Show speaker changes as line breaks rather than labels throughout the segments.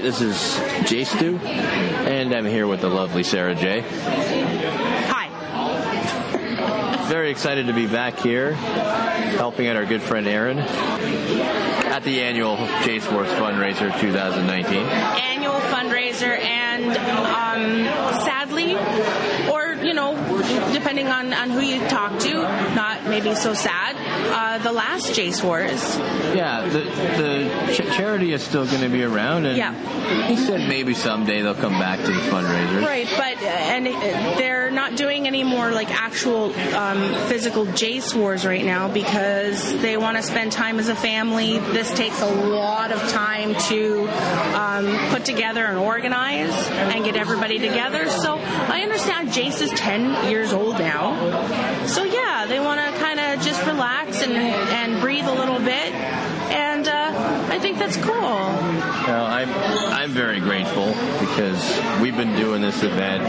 This is J Stu, and I'm here with the lovely Sarah J.
Hi.
Very excited to be back here, helping out our good friend Aaron at the annual J Sports Fundraiser 2019.
Annual fundraiser, and um, sadly, or you know, depending on, on who you talk to, not maybe so sad, uh, the last Jace Wars.
Yeah, the, the ch- charity is still going to be around, and
Yeah.
he said maybe someday they'll come back to the fundraiser.
Right, but uh, and uh, they're not doing any more like actual um, physical Jace wars right now because they want to spend time as a family. This takes a lot of time to um, put together and organize and get everybody together. So I understand Jace is ten years old now. So yeah, they want to kind of just relax and and breathe a little bit, and uh, I think that's cool.
Well, I'm I'm very grateful because we've been doing this event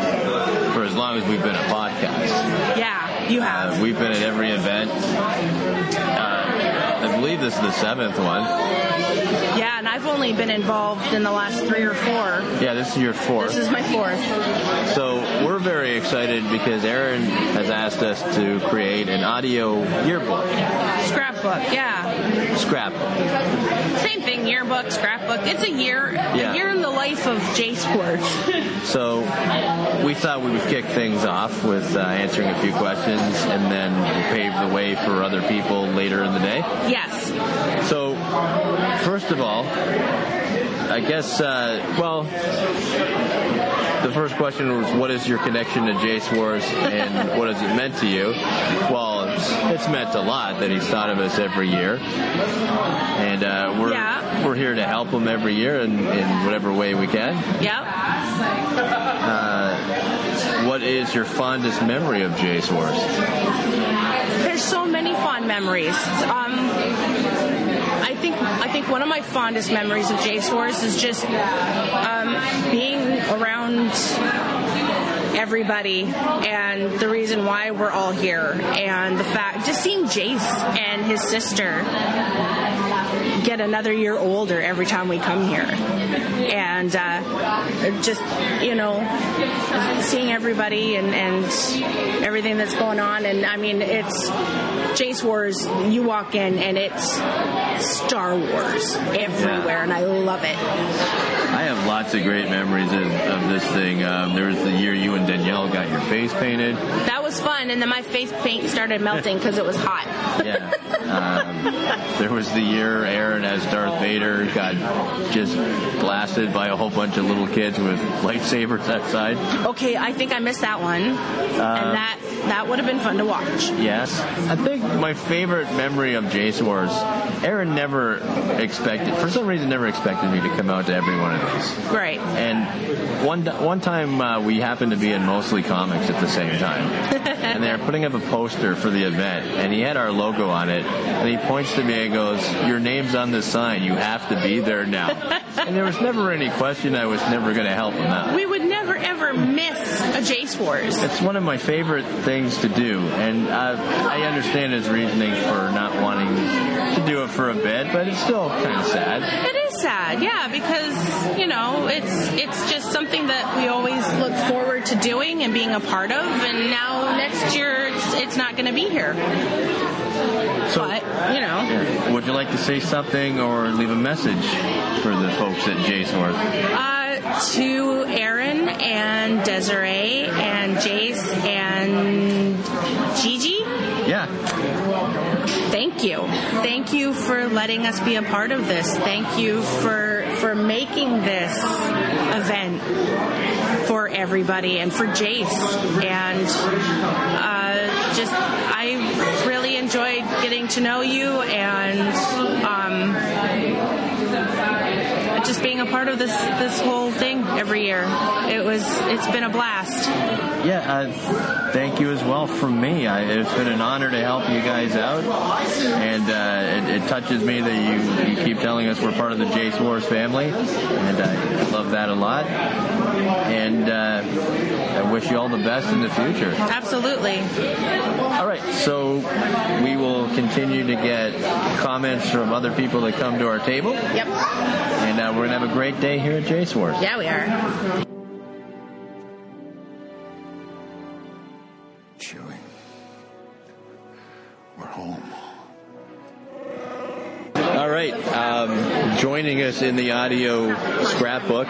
for as long as we've been a podcast.
Yeah, you have.
Uh, we've been at every event. Uh, I believe this is the seventh one.
Yeah, and I've only been involved in the last three or four.
Yeah, this is your fourth.
This is my fourth.
so we're very excited because Aaron has asked us to create an audio yearbook,
Scrapbook, yeah.
scrapbook.
Same thing, yearbook, scrapbook. It's a year,
Yeah.
a year in the life of J Sports.
So we thought we would kick things off with uh, answering a few questions and then pave the way for other people later in the day.
Yes.
So, first of all, I guess, uh, well, the first question was what is your connection to Jace Wars and what has it meant to you? Well, it's, it's meant a lot that he's thought of us every year. And uh, we're,
Yeah.
we're here to help him every year in, in whatever way we can.
Yep.
Uh, What is your fondest memory of Jace Wars?
There's so many fond memories. Um, I think I think one of my fondest memories of Jace Wars is just um, being around everybody and the reason why we're all here and the fact just seeing Jace and his sister get another year older every time we come here and uh, just you know seeing everybody and, and everything that's going on and I mean it's Jace Wars you walk in and it's Star Wars everywhere, and I love it.
I have lots of great memories of, of this thing. Um, there was the year you and Danielle got your face painted.
That was fun, and then my face paint started melting because it was hot.
Yeah. Um, there was the year Aaron as Darth Vader got just blasted by a whole bunch of little kids with lightsabers outside.
Okay, I think I missed that one, and that that would have been fun to watch.
Yes. I think my favorite memory of Jace Wars, Aaron never expected, for some reason, never expected me to come out to every one of these.
Great.
And one one time uh, we happened to be in mostly comics at the same time, and they were putting up a poster for the event, and he had our logo on it, and he points to me and goes, "Your name's on the sign. You have to be there now." and there was never any question I was never going to help him out.
We would never ever miss a Jace Wars.
It's one of my favorite things to do, and I, I understand his reasoning for not wanting to do it for a bit, but it's still kind of sad.
It is sad, yeah, because you know it's it's just something that we always look forward to doing and being a part of, and now next year it's it's not going to be here.
So-
but you know.
Would you like to say something or leave a message for the folks at Jace Wars?
Uh, to Aaron and Desiree and Jace and Gigi,
Yeah.
thank you. Thank you for letting us be a part of this. Thank you for for making this event for everybody and for Jace and uh, just I really enjoyed getting to know you and um, just being a part of this this whole thing every year. It was it's been a blast.
Yeah, uh, thank you as well from me. I, it's been an honor to help you guys out, and uh, it, it touches me that you, you keep telling us we're part of the Jace Wars family, and I love that a lot. And uh, I wish you all the best in the future.
Absolutely.
All right, so we will continue to get comments from other people that come to our table.
Yep.
And uh, we're going to have a great day here at Jace Wars.
Yeah, we are.
Chewie, we're home.
All right. Um, joining us in the audio scrapbook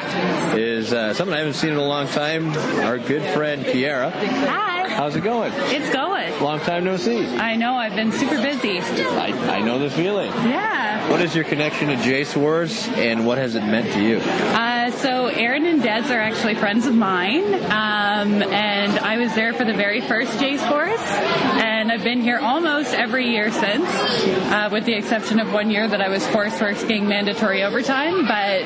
is uh, someone I haven't seen in a long time, our good friend Kiara.
Hi.
How's it going?
It's going.
Long time no see.
I know I've been super busy.
I, I know the feeling.
Yeah.
What is your connection to Jace Wars and what has it meant to you?
Uh, so Aaron and Dez are actually friends of mine, um, and I was there for the very first Jace Force, and I've been here almost every year since, uh, with the exception of one year that I was forced working mandatory overtime. But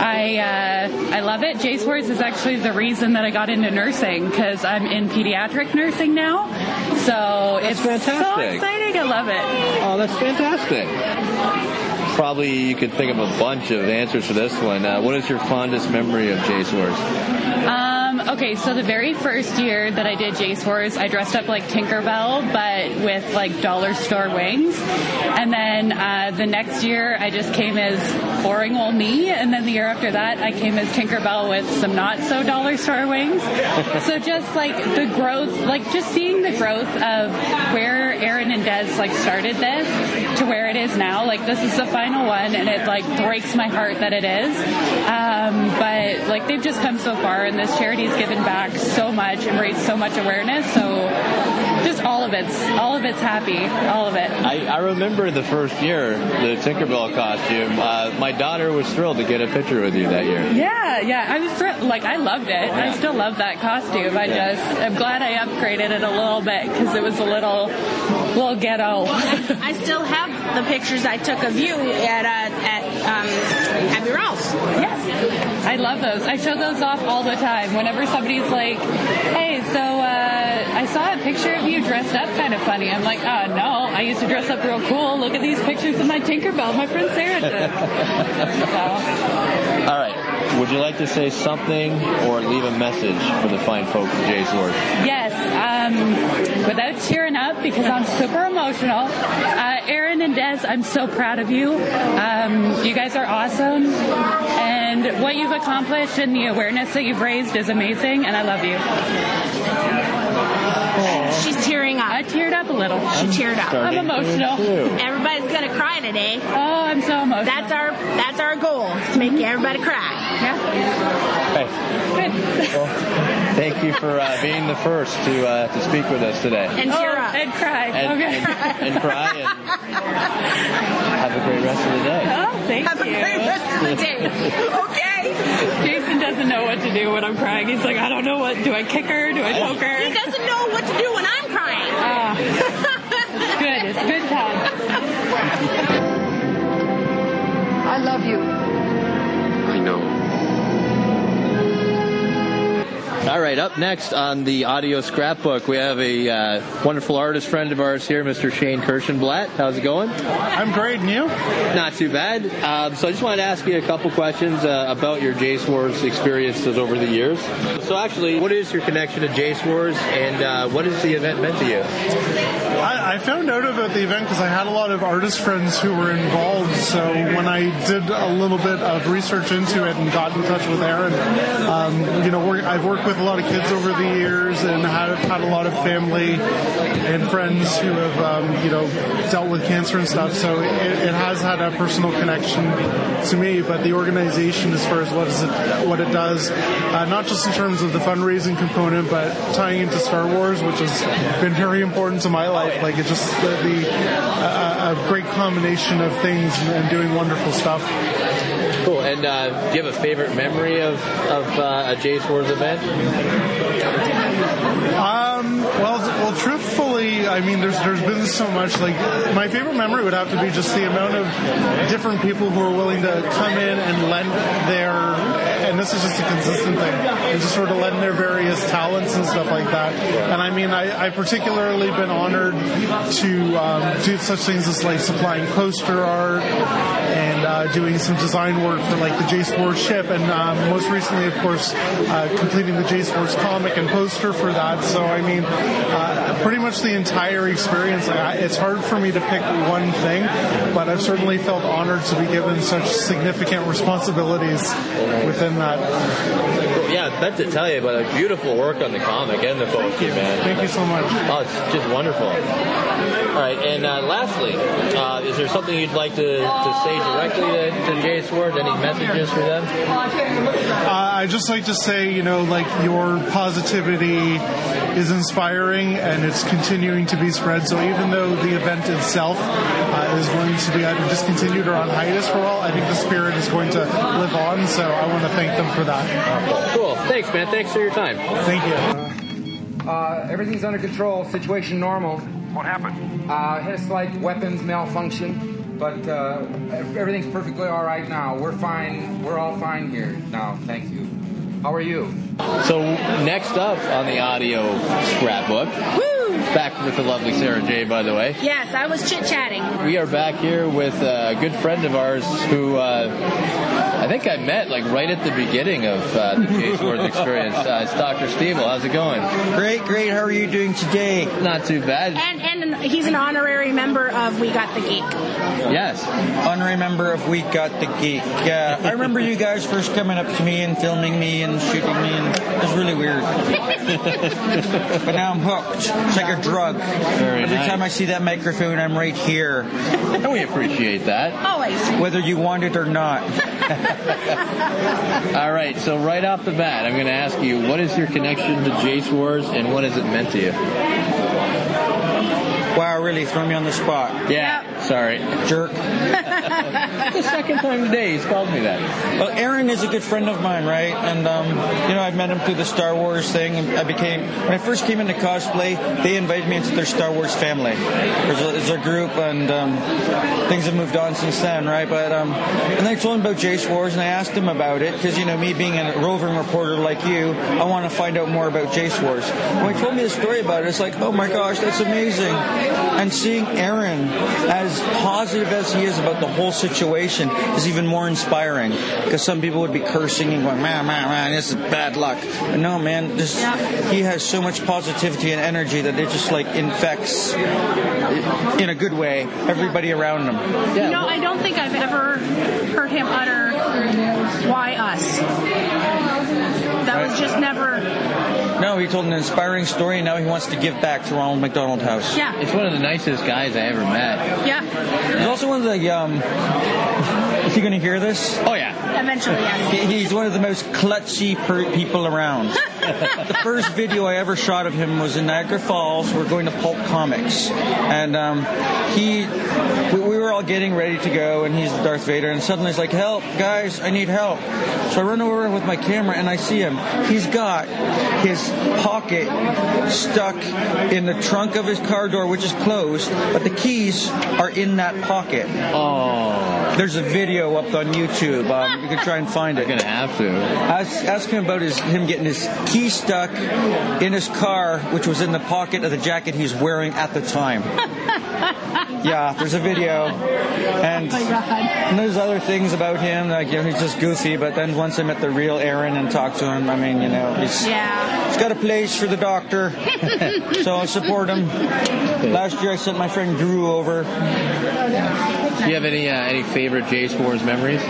I uh, I love it. Jace Force is actually the reason that I got into nursing because I'm in pediatric nursing now, so it's so
fantastic.
exciting. I love it.
Oh, that's fantastic. Probably you could think of a bunch of answers for this one. Uh, what is your fondest memory of Jace Wars?
Um, okay, so the very first year that I did Jace Wars, I dressed up like Tinkerbell, but with like dollar store wings. And then uh, the next year, I just came as boring old me. And then the year after that, I came as Tinkerbell with some not so dollar store wings. so just like the growth, like just seeing the growth of where Aaron and Des like started this to where it is now. Like this is the final one, and it like breaks my heart that it is. Um, but like they've just come so far, and this charity's given back so much and raised so much awareness. So just all of it's all of it's happy, all of it.
I, I remember the first year, the Tinkerbell costume. Uh, my daughter was thrilled to get a picture with you that year.
Yeah, yeah. I was thr- like, I loved it. I still love that costume. I
Yeah.
just, I'm glad I upgraded it a little bit because it was a little, little ghetto.
I still have the pictures I took of you at uh, at um, Abbey Ralph's.
Yes. I love those. I show those off all the time. Whenever somebody's like, hey, so uh, I saw a picture of you dressed up kind of funny. I'm like, oh, no. I used to dress up real cool. Look at these pictures of my Tinkerbell, my friend Sarah did. so,
All right. Would you like to say something or leave a message for the fine folk of Jace Wars?
yes. Um, without tearing up because I'm super emotional, uh, Aaron and Des, I'm so proud of you. Um, you guys are awesome. And what you've accomplished and the awareness that you've raised is amazing. And I love you.
She's tearing
I
up.
teared up a little.
She teared up.
Starting
emotional.
to do.
Everybody's gonna cry today.
Oh, I'm so emotional. Mm-hmm.
That's our that's our goal is to make everybody cry.
yeah.
Hey,
Good.
thank you for uh, being the first to uh, to speak with us today.
And
Oh,
tear up.
and cry.
And,
okay.
and, and cry and have a great rest of the day.
oh, thank
Have a
you.
great rest of the day. Okay.
Jason doesn't know what to do when I'm crying. He's like, I don't know what. Do I kick her? Do I poke
He
her?
doesn't know what to do when I'm crying.
Ah, it's good. It's good time.
I love you.
I know.
All right, up next on the audio scrapbook, we have a uh, wonderful artist friend of ours here, Mr. Shane Kirschenblatt. How's it going?
I'm great, and you?
Not too bad. Um, so I just wanted to ask you a couple questions uh, about your Jace Wars experiences over the years. So actually, what is your connection to Jace Wars, and uh, what has the event meant to you?
I, I found out about the event because I had a lot of artist friends who were involved. So when I did a little bit of research into it and got in touch with Aaron, um, you know, we I've worked with a lot of kids over the years and have had a lot of family and friends who have, um, you know, dealt with cancer and stuff. So it, it has had a personal connection to me. But the organization, as far as what is it, what it does, uh, not just in terms of the fundraising component, but tying into Star Wars, which has been very important to my life. Like it's just the, the uh, a great combination of things and doing wonderful stuff.
Cool. And uh, do you have a favorite memory of of uh, a Jace Wars event?
Um, well, well, truthfully, I mean, there's there's been so much. Like, my favorite memory would have to be just the amount of different people who are willing to come in and lend their, and this is just a consistent thing, and just sort of lend their various talents and stuff like that. And I mean, I, I particularly been honored to um, do such things as like supplying poster art and uh, doing some design work for like the Jace Wars ship, and um, most recently, of course, uh, completing the Jace Wars comic and poster for that. So I mean, uh, pretty much the entire entire experience. I, it's hard for me to pick one thing, but I've certainly felt honored to be given such significant responsibilities within that.
Well, yeah, it's meant to tell you, but like, beautiful work on the comic and the book, you man.
Thank you so much.
Oh, it's just wonderful. All right, and uh, lastly, uh, is there something you'd like to, to say directly to, to Jay Sword? Any messages for them?
Uh, I just like to say, you know, like your positivity is inspiring and it's continuing to be spread. So even though the event itself uh, is going to be either discontinued or on hiatus for a while, I think the spirit is going to live on. So I want to thank them for that.
Cool. Thanks, man. Thanks for your time.
Thank you.
Uh, everything's under control. Situation normal.
What happened?
Uh, had a slight weapons malfunction, but uh, everything's perfectly all right now. We're fine. We're all fine here now. Thank you. How are you?
So next up on the audio scrapbook,
Woo!
back with the lovely Sarah J. By the way,
Yes, I was chit chatting.
we are back here with a good friend of ours who uh, I think I met like right at the beginning of uh, the Jay's World experience. Uh, it's Dr. Stevel. How's it going?
Great, great. How are you doing today?
Not too bad.
And, and he's an honorary member of We Got the Geek.
Yes.
Honorary member of We Got the Geek. Yeah, I remember you guys first coming up to me and filming me and shooting me, and it was really weird. but now I'm hooked. It's like a drug.
Very
Every
nice.
time I see that microphone, I'm right here,
And we appreciate that.
Always.
whether you want it or not.
All right. So right off the bat, I'm going to ask you, what is your connection to Jace Wars, and what has it meant to you?
Wow, really throw me on the spot,
Yeah. Sorry.
jerk.
the second time today he's called me that.
Well, Aaron is a good friend of mine, right? And um, you know, I met him through the Star Wars thing. And I became when I first came into cosplay, they invited me into their Star Wars family. There's a, there's a group, and um, things have moved on since then, right? But um, and I told him about Jace Wars, and I asked him about it because you know, me being a roving reporter like you, I want to find out more about Jace Wars. When he told me the story about it, it's like, oh my gosh, that's amazing. And seeing Aaron as positive as he is about the whole situation is even more inspiring. Because some people would be cursing and going, man, man, man, this is bad luck. But no, man, this, he has so much positivity and energy that it just like infects, in a good way, everybody around him.
You know, I don't think I've ever heard him utter, why us? That was just never,
No, he told an inspiring story, and now he wants to give back to Ronald McDonald House.
yeah,
It's one of the nicest guys I ever met.
yeah,
He's also one of the. Um, is he going to hear this?
Oh yeah.
eventually, yes.
He- He's one of the most klutzy per- people around. the first video I ever shot of him was in Niagara Falls. We're going to Pulp Comics, and um, he, we, we were all getting ready to go, and he's the Darth Vader, and suddenly he's like, "Help, guys! I need help!" So I run over with my camera, and I see him. He's got his pocket stuck in the trunk of his car door, which is closed, but the keys are in that pocket.
Oh,
There's a video up on YouTube. Um, you can try and find it.
gonna have to.
Ask, ask him about his him getting his key stuck in his car, which was in the pocket of the jacket he was wearing at the time. yeah, there's a video, and, and there's other things about him. Like you know, he's just goofy. But then once I met the real Aaron and talked to him, I mean, you know, he's
Yeah.
he's got a place for the doctor, so I support him. Last year, I sent my friend Drew over.
Do you have any uh, any favorite Jace Wars memories?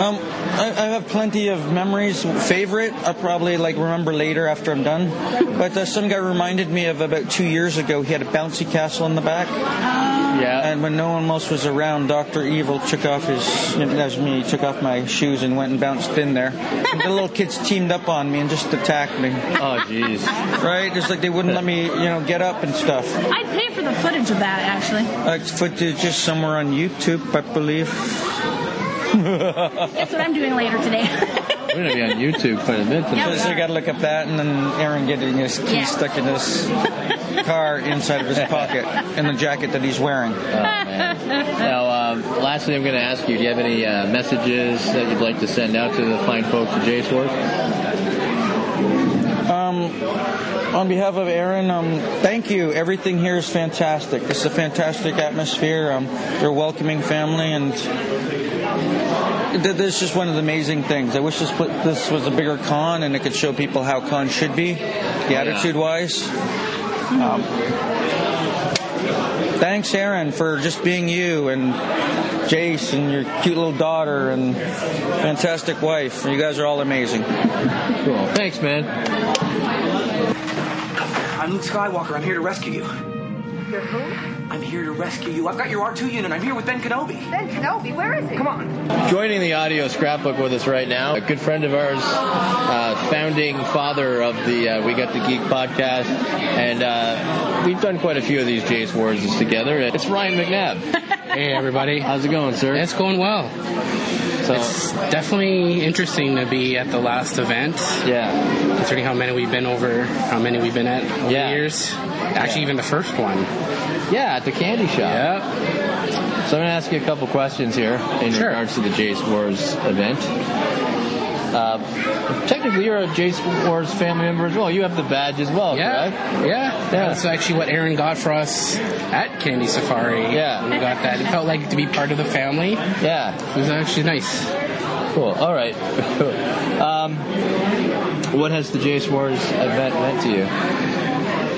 Um, I, I have plenty of memories. Favorite, I probably like remember later after I'm done. But uh, some guy reminded me of about two years ago. He had a bouncy castle in the back,
Yeah.
and when no one else was around, Doctor Evil took off his. That was me. Took off my shoes and went and bounced in there. And the little kids teamed up on me and just attacked me.
Oh jeez.
Right? Just like they wouldn't let me, you know, get up and stuff.
I'd pay for the footage of that, actually.
Uh, it's footage just somewhere on YouTube, I believe.
That's what I'm doing later today.
We're gonna be on YouTube quite a bit.
So,
Tonight.
so you gotta look up that, and then Aaron getting his key
Yeah.
stuck in his car inside of his pocket in the jacket that he's wearing.
Oh, Now, um, lastly, I'm gonna ask you: Do you have any uh, messages that you'd like to send out to the fine folks at Jace Wars?
On behalf of Aaron, um, thank you. Everything here is fantastic. It's a fantastic atmosphere. Um, they're a welcoming family, and th- this is one of the amazing things. I wish this pl- Oh, this was a bigger con and it could show people how cons should be, the attitude wise. Um, thanks, Aaron, for just being you and Jace and your cute little daughter and fantastic wife. You guys are all amazing.
Cool. Thanks, man.
I'm Luke Skywalker. I'm here to rescue you.
You're who?
I'm here to rescue you. I've got your R2 unit. I'm here with Ben Kenobi.
Ben Kenobi, where is he? Come
on.
Joining the audio scrapbook with us right now, a good friend of ours, uh, founding father of the uh, We Got the Geek podcast, and uh, we've done quite a few of these Jace Wars together. It's Ryan McNabb.
Hey everybody,
How's it going, sir?
it's going well.
So-
it's definitely interesting to be at the last event,
yeah.
considering how many we've been over, how many we've been at over
Yeah.
the years. Actually, even the first one.
Yeah, at the candy shop.
Yeah.
So I'm going to ask you a couple questions here in
Sure.
regards to the Jace Wars event. Uh, technically, you're a Jace Wars family member as well. You have the badge as well, correct?
Yeah. yeah, That's actually what Aaron got for us at Candy Safari.
Yeah.
we got that. It felt like to be part of the family. It
Yeah.
was actually nice.
Cool. All right. um, what has the Jace Wars event meant to you?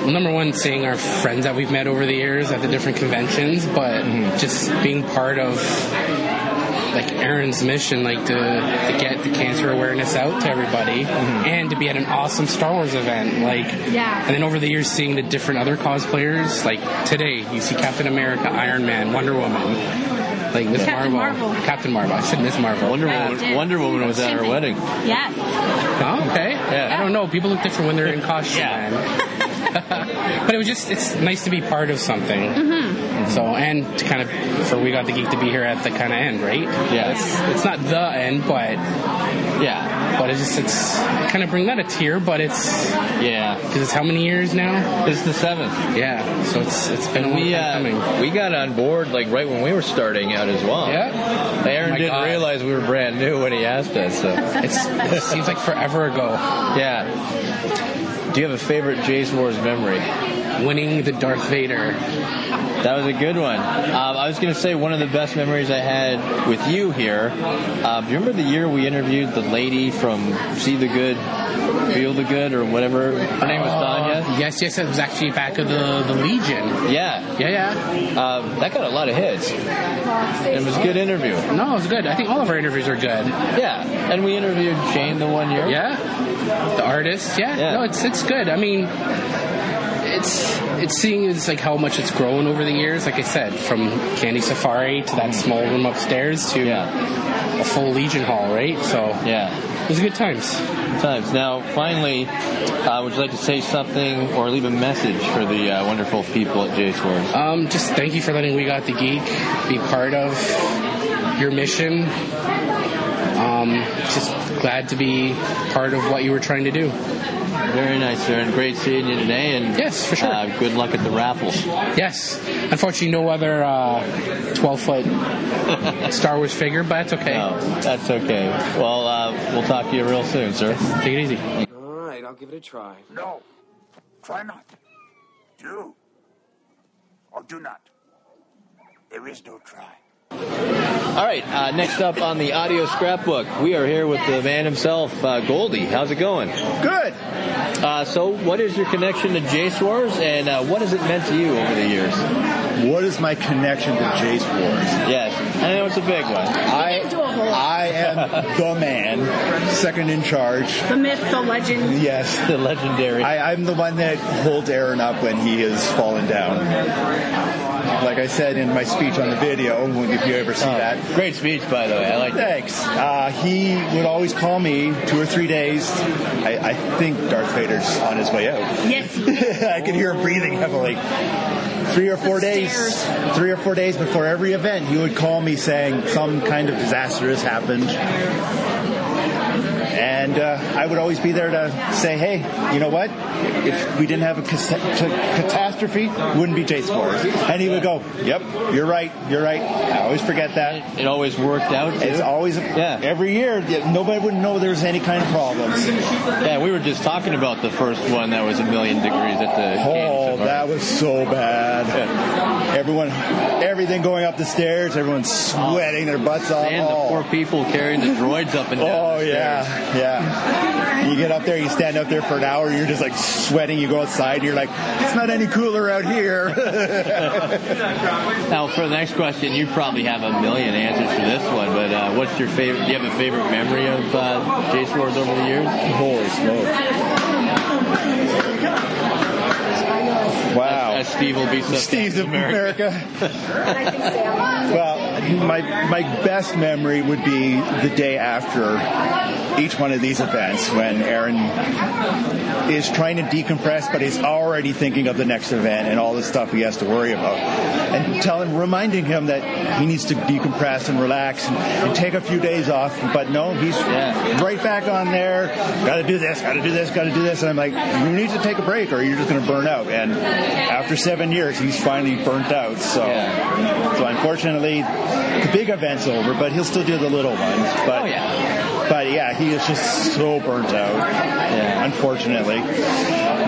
Well, number one, seeing our friends that we've met over the years at the different conventions, but
Mm-hmm.
just being part of like Aaron's mission, like to, to get the cancer awareness out to everybody,
Mm-hmm.
and to be at an awesome Star Wars event, like.
Yeah.
And then over the years, seeing the different other cosplayers, like today, you see Captain America, Iron Man, Wonder Woman, like Miss
Captain
Marvel.
Marvel.
Captain Marvel. I said Miss Marvel.
Wonder
Yeah, it
Woman,
did.
Wonder Woman was at
Same
our
thing.
wedding.
Yes.
Oh, okay.
Yeah.
I don't know. People look different when they're in costume.
Yeah.
man. but it was just, it's nice to be part of something. Mm-hmm. So, and to kind of, for We Got the Geek to be here at the kind of end, right?
Yeah.
It's, it's not the end, but,
Yeah.
but it's just, it's kind of bring that a tear, but it's,
Yeah.
because it's how many years now?
It's the seventh.
Yeah. So it's, it's been a long
We
time coming.
uh, we got on board like right when we were starting out as well.
Yeah.
Aaron
Oh my
didn't
God.
realize we were brand new when he asked us. So.
It's, it seems like forever ago.
Yeah. Do you have a favorite Jace Wars memory?
Winning the Darth Vader.
That was a good one. Um, I was going to say one of the best memories I had with you here. Um, do you remember the year we interviewed the lady from See the Good, Feel the Good, or whatever? Her name was Danya?
Uh, Yes, yes, it was actually back of the, the Legion.
Yeah.
Yeah, yeah.
Um, that got a lot of hits. And it was a good interview.
No, it was good. I think all of our interviews are good.
Yeah. And we interviewed Shane the one year.
Yeah, the artist. Yeah,
Yeah.
no, it's it's good. I mean, it's it's seeing is like how much it's grown over the years. Like I said, from Candy Safari to that small room upstairs to
Mm-hmm. Yeah.
a full Legion Hall, right? So
Yeah.
it was good times.
times. Now, finally, uh, would you like to say something or leave a message for the uh, wonderful people at Uh, Jace Wars?
Um, just thank you for letting We Got the Geek be part of your mission. Um, just glad to be part of what you were trying to do.
Very nice, sir, and great seeing you today. And
Yes, for sure.
Uh, good luck at the raffle.
Yes. Unfortunately, no other uh, 12 foot Star Wars figure, but that's okay.
No, that's okay. Well, uh, we'll talk to you real soon, sir.
Take it easy.
All right, I'll give it a try.
No. Try not. Do. Or do not. There is no try.
All right. Uh, next up on the audio scrapbook, we are here with the man himself, uh, Goldie. How's it going?
Good.
Uh, so, what is your connection to Jace Wars, and uh, what has it meant to you over the years?
What is my connection to Jace Wars?
Yes, I know it's a big one.
I I am the man, second in charge.
The myth, the legend.
Yes.
The legendary.
I, I'm the one that holds Aaron up when he has fallen down. Like I said in my speech on the video, if you ever see that,
Oh, Great speech, by the way. I like that.
Thanks. Uh, he would always call me two or three days. I, I think Darth Vader's on his way out.
Yes.
I could hear him breathing heavily. Three or four days, three or four days before every event, he would call me saying some kind of disaster has happened, and uh, I would always be there to say, "Hey, you know what? If we didn't have a cas- t- catastrophe, it wouldn't be Jace Wars." And he would go, "Yep, you're right, you're right." I always forget that.
It always worked out. too.
It's always
Yeah.
every year. yeah, Nobody would know there was any kind of problems.
Yeah, we were just talking about the first one that was a million degrees at the.
Oh,
Games of Art.
that was so bad. Everyone, everything going up the stairs. Everyone sweating their butts off.
And the
oh,
poor people carrying the droids up and down.
oh
the stairs.
yeah, Yeah. You get up there, you stand up there for an hour, you're just like sweating, you go outside, you're like, it's not any cooler out here.
Now, for the next question, you probably have a million answers for this one, but uh, what's your favorite? Do you have a favorite memory of uh, J Scores over the years? Holy smoke!
Wow!
As, as Steve will be so
Steve's of America. well, my my best memory would be the day after each one of these events when Aaron is trying to decompress, but he's already thinking of the next event and all the stuff he has to worry about. And telling, reminding him that he needs to decompress and relax and, and take a few days off. But no, he's right back on there. Got to do this. Got to do this. Got to do this. And I'm like, you need to take a break, or you're just going to burn out. And after seven years, he's finally burnt out. So, so unfortunately, the big event's over, but he'll still do the little ones. But, But Oh, yeah, he is just so burnt out. Unfortunately,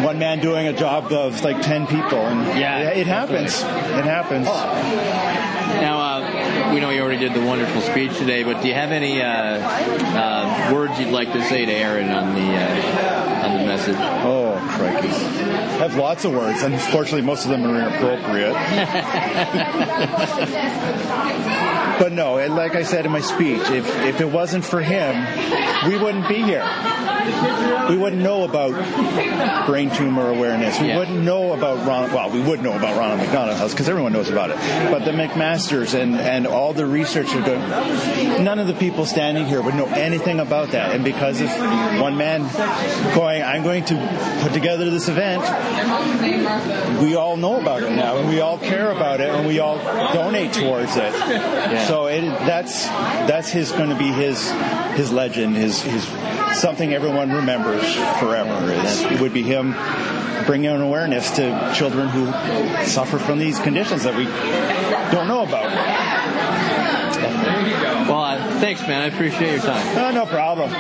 one man doing a job of like ten people, and yeah, Oh. it, it happens. It happens.
Now, uh, we know you already did the wonderful speech today, but do you have any uh, uh, words you'd like to say to Aaron on the uh, on the message?
Oh, crikey! I have lots of words. Unfortunately, most of them are inappropriate. But no, and like I said in my speech, if, if it wasn't for him, we wouldn't be here. We wouldn't know about brain tumor awareness. We wouldn't know about Ronald. Well, we would know about Ronald McDonald House because everyone knows about it. But the McMasters and, and all the research they're doing, none of the people standing here would know anything about that. And because of one man going, I'm going to put together this event, we all know about it now, and we all care about it, and we all donate towards it. So it, that's that's his going to be his his legend, his his something everyone remembers forever. Is it would be him bringing an awareness to children who suffer from these conditions that we don't know about.
Well, uh, thanks, man. I appreciate your time.
Oh, no problem.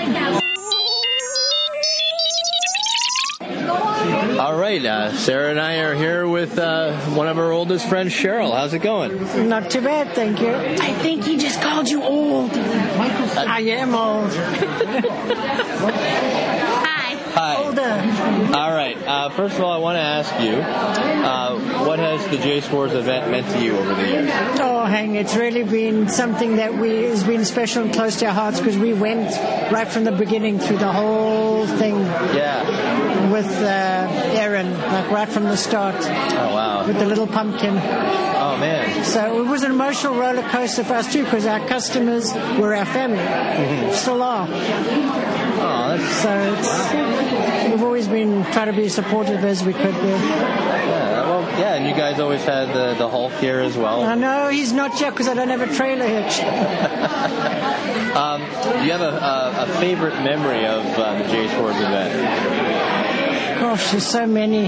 All right, uh, Sarah and I are here with uh, one of our oldest friends, Cheryl. How's it going?
Not too bad, thank you. I think he just called you old. I am old.
Hi. All right. Uh, first of all, I want to ask you, uh, what has the J Sports event meant to you over the years?
Oh, Hang, it's really been something that we has been special and close to our hearts because we went right from the beginning through the whole thing. Yeah. With uh, Aaron, like right from the start. Oh
wow.
With the little pumpkin.
Oh man.
So it was an emotional roller coaster for us too because our customers were our family, still are.
Mm-hmm. Oh,
so it's, we've always been trying to be as supportive as we could be.
Yeah, well, yeah, and you guys always had the, the Hulk here as well.
I know he's not here because I don't have a trailer hitch. Uh-huh.
Um, do you have a, a, a favorite memory of uh, the J Sports event?
Gosh, there's so many.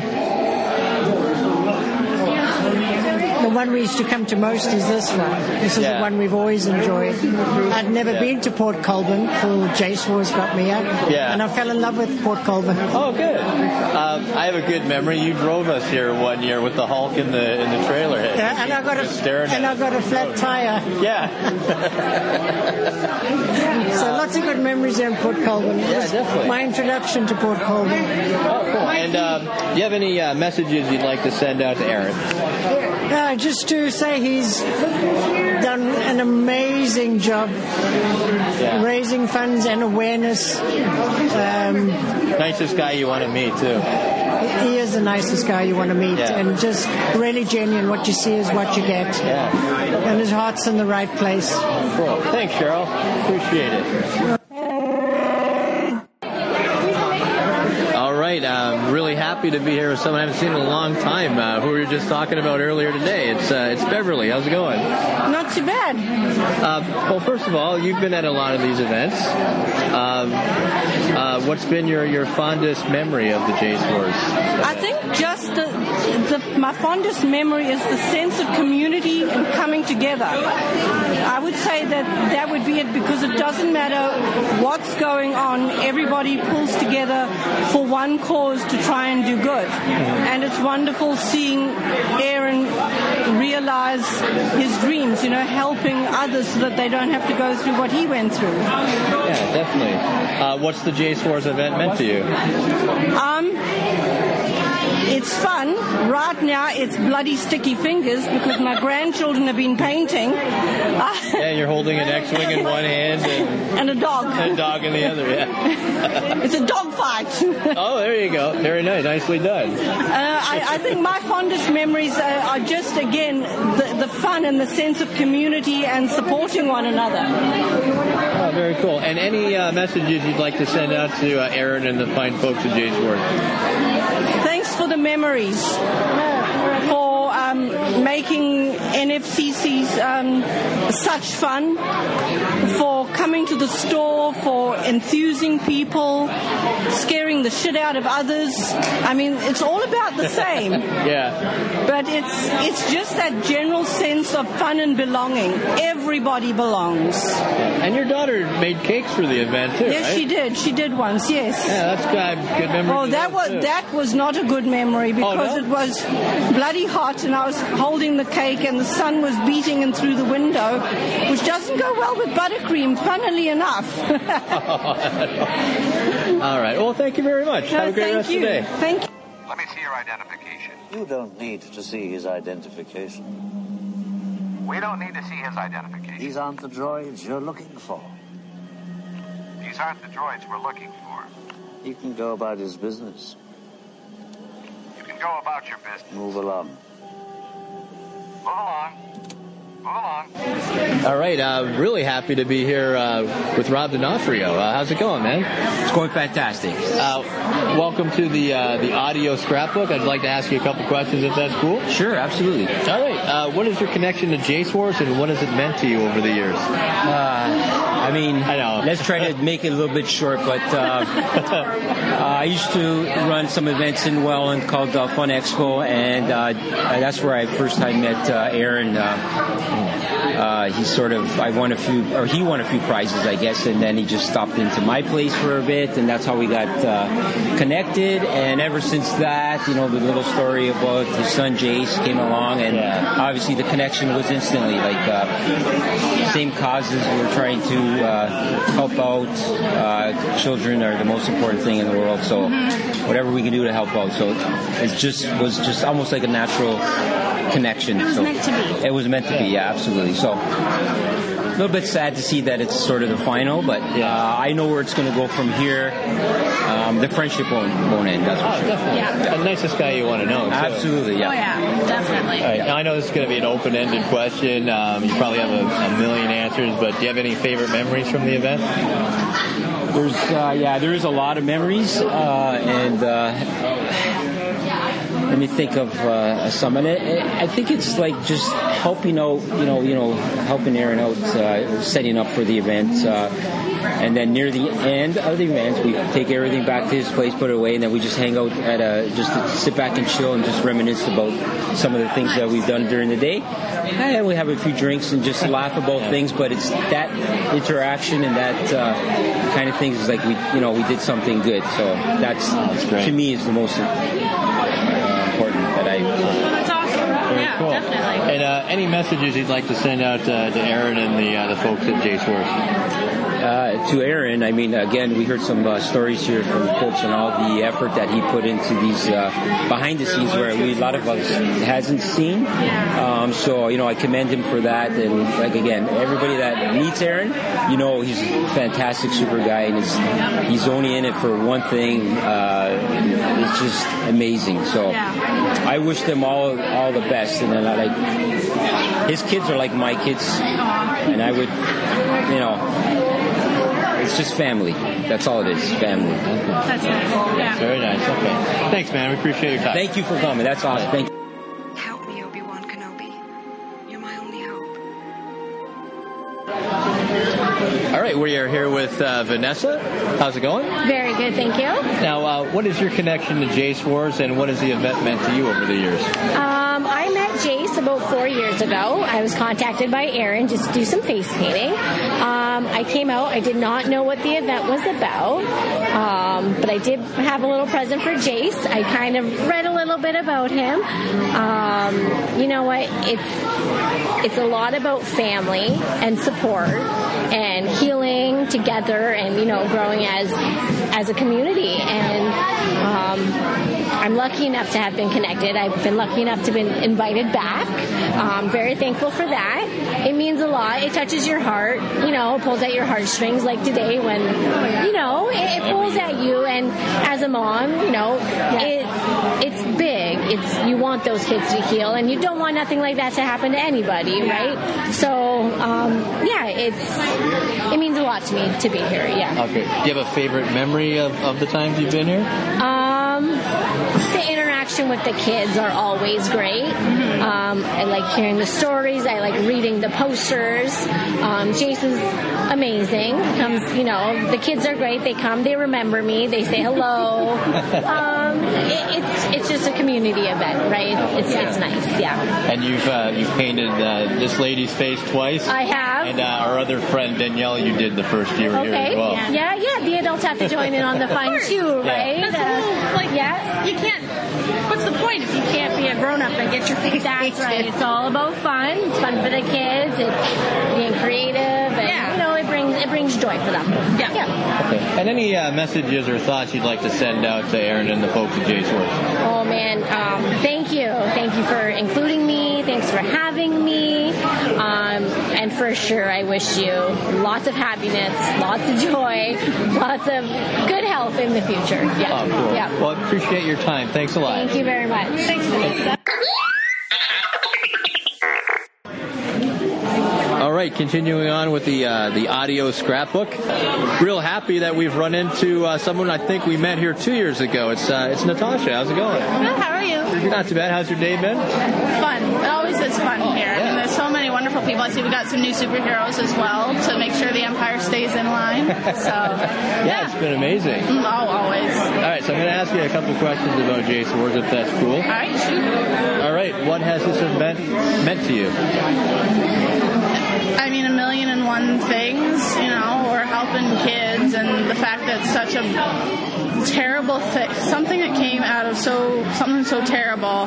The one we used to come to most is this one. This is the one we've always enjoyed. I'd never been to Port Colborne till Jace Wars got me up.
Yeah.
And I fell in love with Port Colborne.
Oh, good. Um, I have a good memory. You drove us here one year with the Hulk in the in the trailer.
Yeah, and I got
Just staring
a, and I got a flat tire.
Yeah.
So lots of good memories there in Port Colborne. Yeah,
definitely.
My introduction to Port Colborne.
And um, do you have any uh, messages you'd like to send out to Aaron?
Uh, just to say he's done an amazing job raising funds and awareness. Um,
Nicest guy you want to meet too.
he is the nicest guy you want to meet
Yeah.
and just really genuine. What you see is what you get. And his heart's in the right place.
Cool. Thanks, Cheryl. Appreciate it. All right, I'm really happy to be here with someone I haven't seen in a long time. Uh, who we were just talking about earlier today? It's uh, it's Beverly. How's it going?
Not too bad.
Uh, well, first of all, you've been at a lot of these events. Um, uh, what's been your, your fondest memory of the Jays Wars?
I think just the, the my fondest memory is the sense of community and coming together. I would say say that that would be it because it doesn't matter what's going on. Everybody pulls together for one cause to try and do good, and it's wonderful seeing Aaron realize his dreams. You know, helping others so that they don't have to go through what he went through.
Yeah, definitely. Uh, what's the J Wars event meant to you?
Um, it's fun. Right now, it's bloody sticky fingers because my grandchildren have been painting. Uh,
Yeah, you're holding an X-wing in one hand and
and a dog.
a dog in the other. Yeah.
It's a dog fight.
oh, there you go. Very nice. Nicely done.
Uh, I, I think my fondest memories are, are just again the, the fun and the sense of community and supporting one another.
Oh, very cool. And any uh, messages you'd like to send out to uh, Aaron and the fine folks at J Wars?
Thanks for the memories, for um, making NFCCs um, such fun, for coming to the store, for enthusing people, scaring the shit out of others. I mean, it's all about the same.
yeah.
But it's it's just that general sense of fun and belonging. Everybody belongs.
And your daughter made cakes for the event too,
yes,
right?
she did. She did once. Yes.
Yeah, that's good. Good memory.
Oh, that was
too. Oh,
that was not a good memory because it was bloody hot, and I was holding the cake, and the sun was beating in through the window, which doesn't go well with buttercream. Funnily enough.
All right. Well, thank you very much.
No,
Have a great
thank
rest
you.
of the day.
Thank you.
Let me see your identification. You don't need to see his identification. We don't need to see his identification. These aren't the droids you're looking for. These aren't the droids we're looking for.
You can go about his business.
You can go about your business.
Move along.
Move along. Move along.
All right, uh, really happy to be here uh, with Rob D'Onofrio. Uh, how's it going, man? It's going fantastic. Uh, welcome to the uh, the audio scrapbook. I'd like to ask you a couple questions, if that's cool. Sure, absolutely. All right, uh, what is your connection to Jace Wars, and what has it meant to you over the years?
Uh, I mean, I
know.
let's try to make it a little bit short, but uh, uh, I used to run some events in Welland called uh, Fun Expo, and uh, that's where I first I met uh, Aaron. Uh, uh, he sort of, I won a few, or he won a few prizes, I guess, and then he just stopped into my place for a bit, and that's how we got uh, connected. And ever since that, you know, the little story about his son Jace came along, and obviously the connection was instantly like uh, same causes we were trying to uh, help out. Uh, children are the most important thing in the world, so whatever we can do to help out. So it just was just almost like a natural connection. It was meant to be. It was meant to be, yeah, absolutely. So a little bit sad to see that it's sort of the final, but uh, I know where it's going to go from here. Um, the friendship won't, won't end, that's for sure.
Oh, definitely.
Yeah.
The nicest guy you want to know. too.
Absolutely, yeah.
Oh yeah, definitely.
All right, now I know this is going to be an open-ended question. Um, you probably have a, a million answers, but do you have any favorite memories from the event?
There's, uh, yeah, there is a lot of memories, uh, and uh, let me think of uh, some. And I, I think it's like just helping out, you know, you know, helping Aaron out, uh, setting up for the event, uh, and then near the end of the event, we take everything back to his place, put it away, and then we just hang out at a, just sit back and chill and just reminisce about some of the things that we've done during the day, and then we have a few drinks and just laugh about things. But it's that interaction and that uh, kind of things is like we, you know, we did something good. So that's, to me is the most uh, important that I.
That's awesome. Yeah, definitely.
And uh, any messages you'd like to send out uh, to Aaron and the uh, the folks at Jace Wars?
Uh, to Aaron, I mean, again, we heard some uh, stories here from folks and all the effort that he put into these uh, behind the scenes where we, a lot of us hasn't seen. Um, so, you know, I commend him for that. And, like, again, everybody that meets Aaron, you know, he's a fantastic, super guy, and he's, he's only in it for one thing. Uh, it's just amazing. So, I wish them all all the best. And then, I like, his kids are like my kids, and I would, you know, it's just family. That's all it is. Family.
That's nice. Yeah.
Very nice. Okay. Thanks, man. We appreciate your time.
Thank you for coming. That's awesome. Thank you.
All right, we are here with uh, Vanessa. How's it going?
Very good, thank you.
Now, uh, what is your connection to Jace Wars, and what has the event meant to you over the years?
Um, I met Jace about four years ago. I was contacted by Aaron just to do some face painting. Um, I came out. I did not know what the event was about, um, but I did have a little present for Jace. I kind of read a little bit about him. Um, you know what? It's it's a lot about family and support and healing together and you know growing as as a community and. Um, I'm lucky enough to have been connected. I've been lucky enough to have been invited back. Um, very thankful for that. It means a lot. It touches your heart. You know, it pulls at your heartstrings like today when, you know, it, it pulls at you. And as a mom, you know, it it's big. It's you want those kids to heal, and you don't want nothing like that to happen to anybody, right? So, um, yeah, it's it means a lot to me to be here. Yeah.
Okay. Do you have a favorite memory of, of the times you've been here?
Um, the interaction with the kids are always great. Um, I like hearing the stories. I like reading the posters. Um, Jason's amazing. Comes, you know, the kids are great. They come, they remember me, they say hello. Um, it, it's it's just a community event, right? It's it's nice. Yeah.
And you've uh, you've painted uh, this lady's face twice.
I have.
And uh, our other friend Danielle, you did the first year here
Okay.
as well.
Yeah, yeah. The adults have to join in on the fun too, right? Uh,
That's a little, like,
yeah.
You can't. What's the point if you can't be a grown up and get your face
That's right. It's all about fun. It's fun for the kids. It's being creative, and you know, it brings it brings joy for them. Yeah.
Okay. And any uh, messages or thoughts you'd like to send out to Aaron and the folks at Jay's Works?
Oh man, um, thank you, thank you for including me. Thanks for having me. Um, and for sure, I wish you lots of happiness, lots of joy, lots of good health in the future. Yeah.
Oh, cool.
Yeah.
Well, I appreciate your time. Thanks a lot.
Thank you very much. Thanks, Lisa.
All right, continuing on with the uh, the audio scrapbook. Real happy that we've run into uh, someone I think we met here two years ago. It's uh, it's Natasha. How's it going?
Well, how are you?
Not too bad. How's your day been?
Fun. It always is fun here. I mean, there's so many wonderful people. I see we got some new superheroes as well to make sure the Empire stays in line. So,
Yeah, it's been amazing.
mm, oh, always.
All right, so I'm going to ask you a couple questions about Jason Wars, if that's cool.
All right, shoot.
All right, what has this event meant to you?
I mean, a million and one things, you know, we're helping kids, and the fact that such a terrible thing, something that came out of so, something so terrible,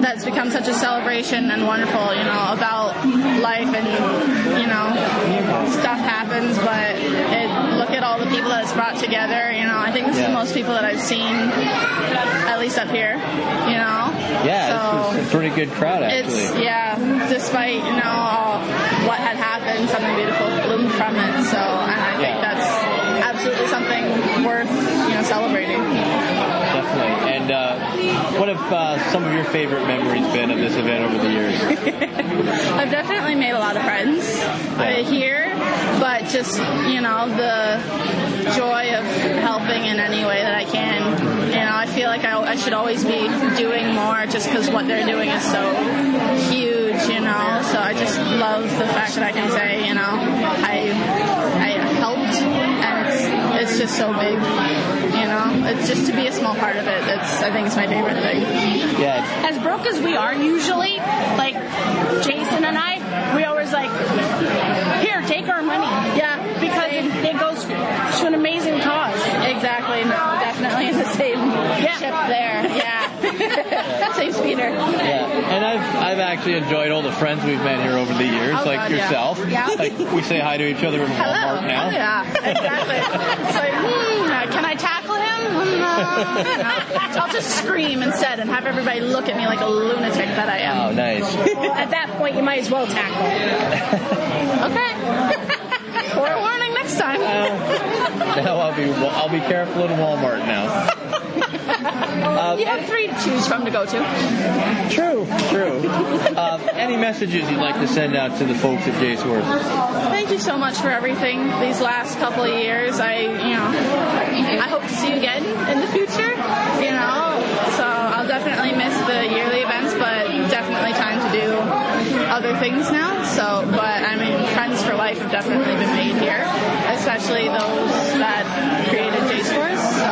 that's become such a celebration and wonderful, you know, about life and, you know, stuff happens, but it, look at all the people that it's brought together, you know, I think this is the most people that I've seen, at least up here, you know?
Yeah,
So-
it's, it's a pretty good crowd, actually.
it's yeah. Despite you know all what had happened, something beautiful bloomed from it. So and I think that's absolutely something worth you know celebrating.
Definitely. And uh, what have uh, some of your favorite memories been of this event over the years?
I've definitely made a lot of friends uh, here, but just you know the joy of helping in any way that I can. You know, I feel like I, I should always be doing more, just because what they're doing is so huge. You know, so I just love the fact that I can say, you know, I I helped, and it's it's just so big. You know, it's just to be a small part of it. That's I think it's my favorite thing.
Yeah.
As broke as we are usually, like Jason and I, we always like, here, take our money. Yeah, because it, it goes to an amazing cause.
Exactly. No, definitely the same ship there. Yeah. same speeder.
And I've I've actually enjoyed all the friends we've met here over the years,
Oh,
like
God, yeah.
yourself.
Yeah.
Like we say hi to each other in Walmart
Hello.
now.
Oh, yeah. Exactly. It's like, hmm, uh, can I tackle him? Hmm, uh, you know. So I'll just scream instead and have everybody look at me like a lunatic that I am.
Oh, nice.
At that point, you might as well tackle.
Okay. Forewarning next time.
Now I'll be I'll be careful in Walmart now.
you have three to choose from to go to.
Uh, True. True. Uh, any messages you'd like to send out to the folks at Jay's Works?
Thank you so much for everything these last couple of years. I, you know, I hope to see you again in the future. You know, so I'll definitely miss the yearly events, but definitely time to do other things now. So, but I mean, friends for life have definitely been made here, especially those that created J Scores. So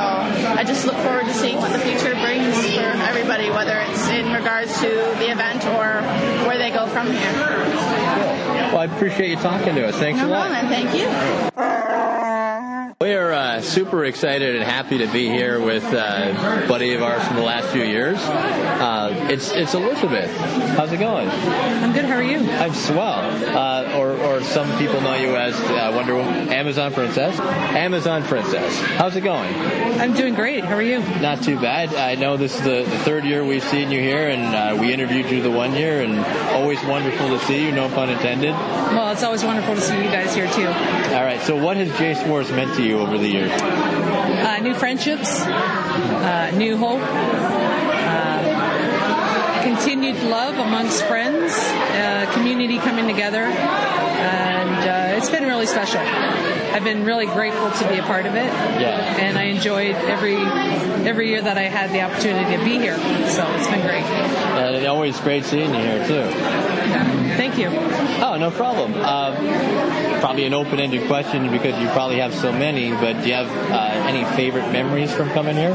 I just look forward to seeing what the future brings for everybody, whether it's in regards to the event or from here.
Well, I appreciate you talking to us. Thanks
no
a lot.
problem. Thank you.
We are uh, super excited and happy to be here with uh, a buddy of ours from the last few years. Uh, it's it's Elizabeth. How's it going?
I'm good. How are you?
I'm swell. Uh, or or some people know you as uh, Wonder Woman, Amazon Princess. Amazon Princess. How's it going?
I'm doing great. How are you?
Not too bad. I know this is the, the third year we've seen you here, and uh, we interviewed you the one year, and always wonderful to see you. No pun intended.
Well, it's always wonderful to see you guys here too.
All right. So, what has Jace Wars meant to you over the years?
Uh, new friendships, uh, new hope, uh, continued love amongst friends, uh, community coming together, and uh, it's been really special. I've been really grateful to be a part of it,
Yeah.
and I enjoyed every every year that I had the opportunity to be here. So it's been great.
And it's always great seeing you here too.
Thank you.
Oh, no problem. Uh, probably an open-ended question because you probably have so many, but do you have uh, any favorite memories from coming here?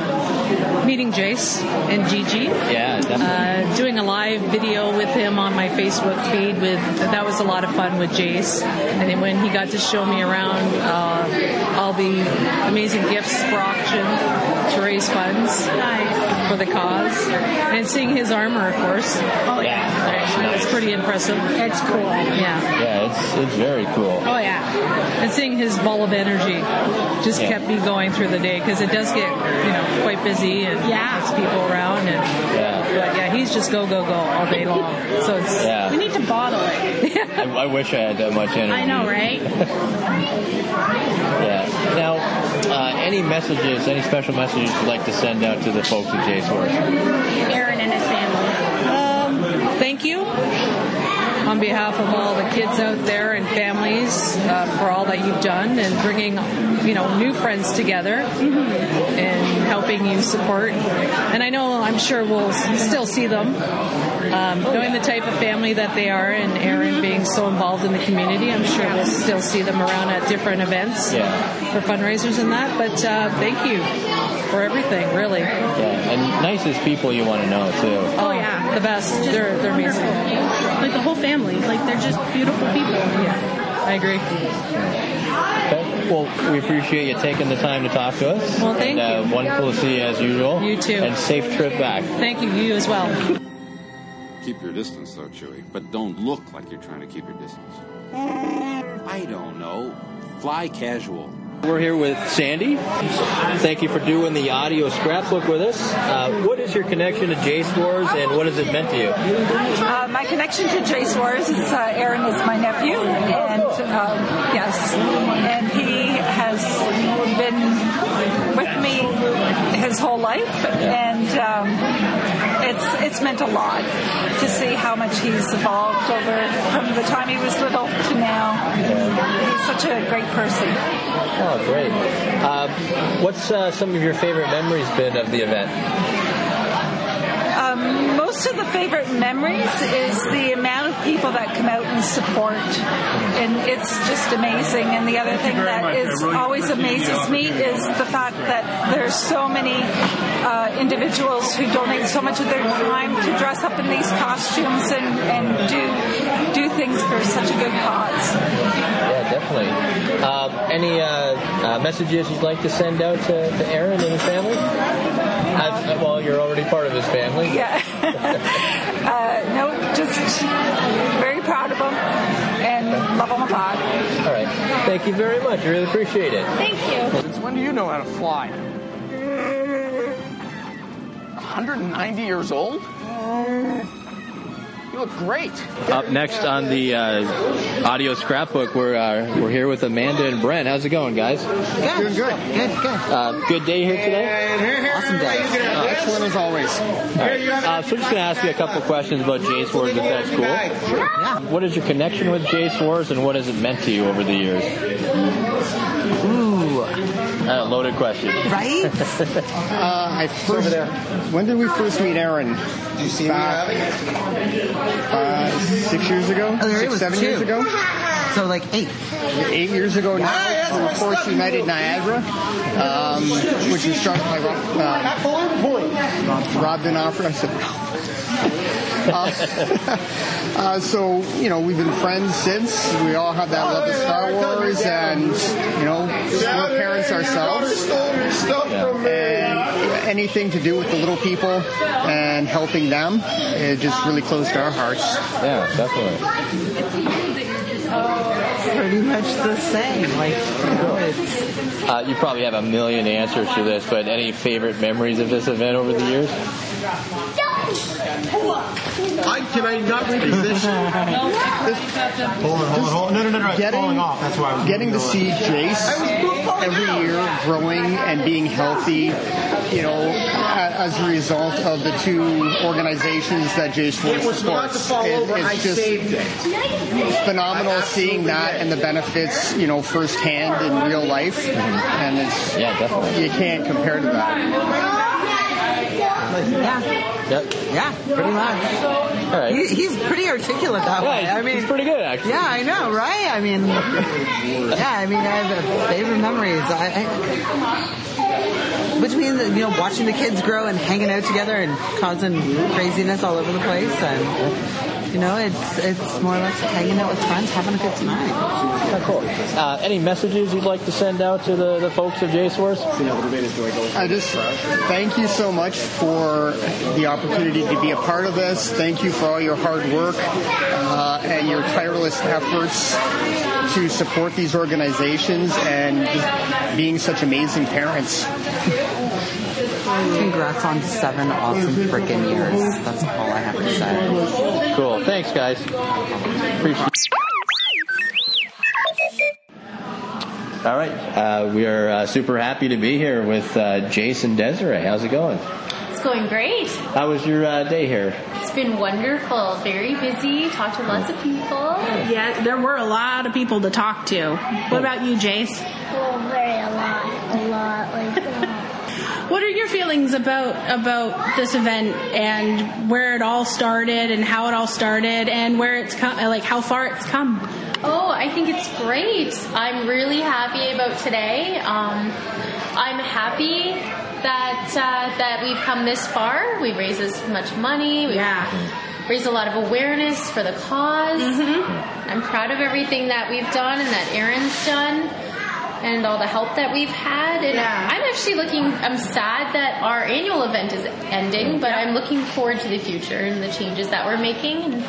Meeting Jace and Gigi.
Yeah, definitely.
Uh, doing a live video with him on my Facebook feed with that was a lot of fun with Jace, and then when he got to show me around uh, all the amazing gifts for auction to raise funds for the cause, and seeing his armor, of course. Oh yeah, that's pretty impressive. That's cool. Yeah.
yeah, it's it's very cool.
Oh yeah, and seeing his ball of energy just
Yeah.
kept me going through the day because it does get you know quite busy and yeah, lots of people around and but yeah, he's just go go go all day long. So it's
Yeah. We
need to bottle it.
I, I wish I had that much energy.
I know, right?
Yeah. Now, uh, any messages, any special messages you'd like to send out to the folks at Jay's Horse?
Aaron and his family. Um, thank you on behalf of all the kids out there and families uh, for all that you've done and bringing you know new friends together and helping you support. And I know I'm sure we'll s- still see them. Um, knowing the type of family that they are and Aaron being so involved in the community, I'm sure we'll still see them around at different events for fundraisers and that. But uh, thank you for everything, really.
Yeah, and nicest people you want to know too.
Oh yeah, the best. They're they're amazing. Like the whole family. Like they're just beautiful people. Yeah, I agree.
Okay. Well, we appreciate you taking the time to talk to us.
Well, thank
and, uh,
you.
Wonderful to see you as usual. You too. And safe trip back.
Thank you. You as well.
Keep your distance, though, Chewie, but don't look like you're trying to keep your distance. I don't know. Fly casual.
We're here with Sandy. Thank you for doing the audio scrapbook with us. Uh, what is your connection to Jay's Wars and what has it meant to you?
Uh, my connection to Jay Suarez is uh, Aaron is my nephew, and um, yes, and he has been with me his whole life, and um, it's it's meant a lot to see how much he's evolved over from the time he was little to now. He's such a great person.
Oh, great. Uh, what's uh, some of your favorite memories been of the event?
Um, most of the favorite memories is the amount of people that come out and support, and it's just amazing. And the other thing that
much. I
is
really
always
appreciate the
amazes me is the fact that there's so many uh, individuals who donate so much of their time to dress up in these costumes and, and do do things for such a good cause.
Yeah, Oh, definitely. Um, any uh, uh, messages you'd like to send out to, to Aaron and his family? As, uh, well, you're already part of his family.
Yeah. Uh, no, just very proud of them and love them a lot.
All right. Thank you very much. I really appreciate it.
Thank
you.
Since when do you know how to fly? 190 years old? You look great.
Up next on the uh, audio scrapbook, we're uh, we're here with Amanda and Brent. How's it going, guys?
Good. Doing good. Good, good.
Uh, good day here today.
Awesome day. Uh, excellent as always.
All right. Uh, so I'm just going to ask you a couple questions about Jace Wars, if that's cool. What is your connection with Jace Wars, and what has it meant to you over the years?
Ooh.
Uh, loaded question.
Right? uh, I first, over there. When did we first meet Aaron? Did you see Back, uh, six years ago? Oh, there it Six, was seven two. years ago? So like eight. Eight years ago now, my from Force stuff, United Niagara, um, which was started by Rob, uh, Rob Dinofrio. I said, Uh, uh, so, you know, we've been friends since. We all have that love of Star Wars, and, you know, we're parents ourselves. And anything to do with the little people and helping them, it just really close to our hearts.
Yeah, definitely.
Pretty much the same. Like, you know, it's
Uh, you probably have a million answers to this, but any favorite memories of this event over the years?
I, can I not read this?
Hold on, hold on, hold on. No, no, no, no. Getting,
falling off. That's why I was
getting to
moving
see
over.
Jace every year growing and being healthy, you know, a- as a result of the two organizations that Jace
It was
supports.
not to fall
It-
over.
it's
I
just
saved it.
phenomenal seeing that and the benefits, you know, firsthand in real life. And it's
yeah, definitely.
You can't compare to that.
yeah,
Yep.
yeah, pretty much.
All right.
He, he's pretty articulate that
Yeah,
way.
he's-
I mean,
he's pretty good actually.
Yeah, I know, right? I mean, yeah, I mean, I have favorite memories. I, I, between the, you know watching the kids grow and hanging out together and causing craziness all over the place, and you know, it's it's more or less hanging out with friends, having a good time.
Uh, any messages you'd like to send out to the, the folks of JSWorth?
I just thank you so much for the opportunity to be a part of this. Thank you for all your hard work uh, and your tireless efforts to support these organizations and just being such amazing parents.
Congrats on seven awesome freaking years. That's all I have to say.
Cool. Thanks, guys. Appreciate All right. Uh, we are uh, super happy to be here with uh, Jason Desiree. How's it going?
It's going great.
How was your uh, day here?
It's been wonderful. Very busy. Talked to lots of people.
Yeah, there were a lot of people to talk to. What about you, Jace?
Well, very a lot, a lot, like a lot.
What are your feelings about about this event and where it all started and how it all started and where it's come like how far it's come?
Oh, I think it's great. I'm really happy about today. Um, I'm happy that uh, that we've come this far. We've raised this much money. We've raised a lot of awareness for the because I'm proud of everything that we've done and that Erin's done. And all the help that we've had, and I'm actually looking. I'm sad that our annual event is ending, but I'm looking forward to the future and the changes that we're making. And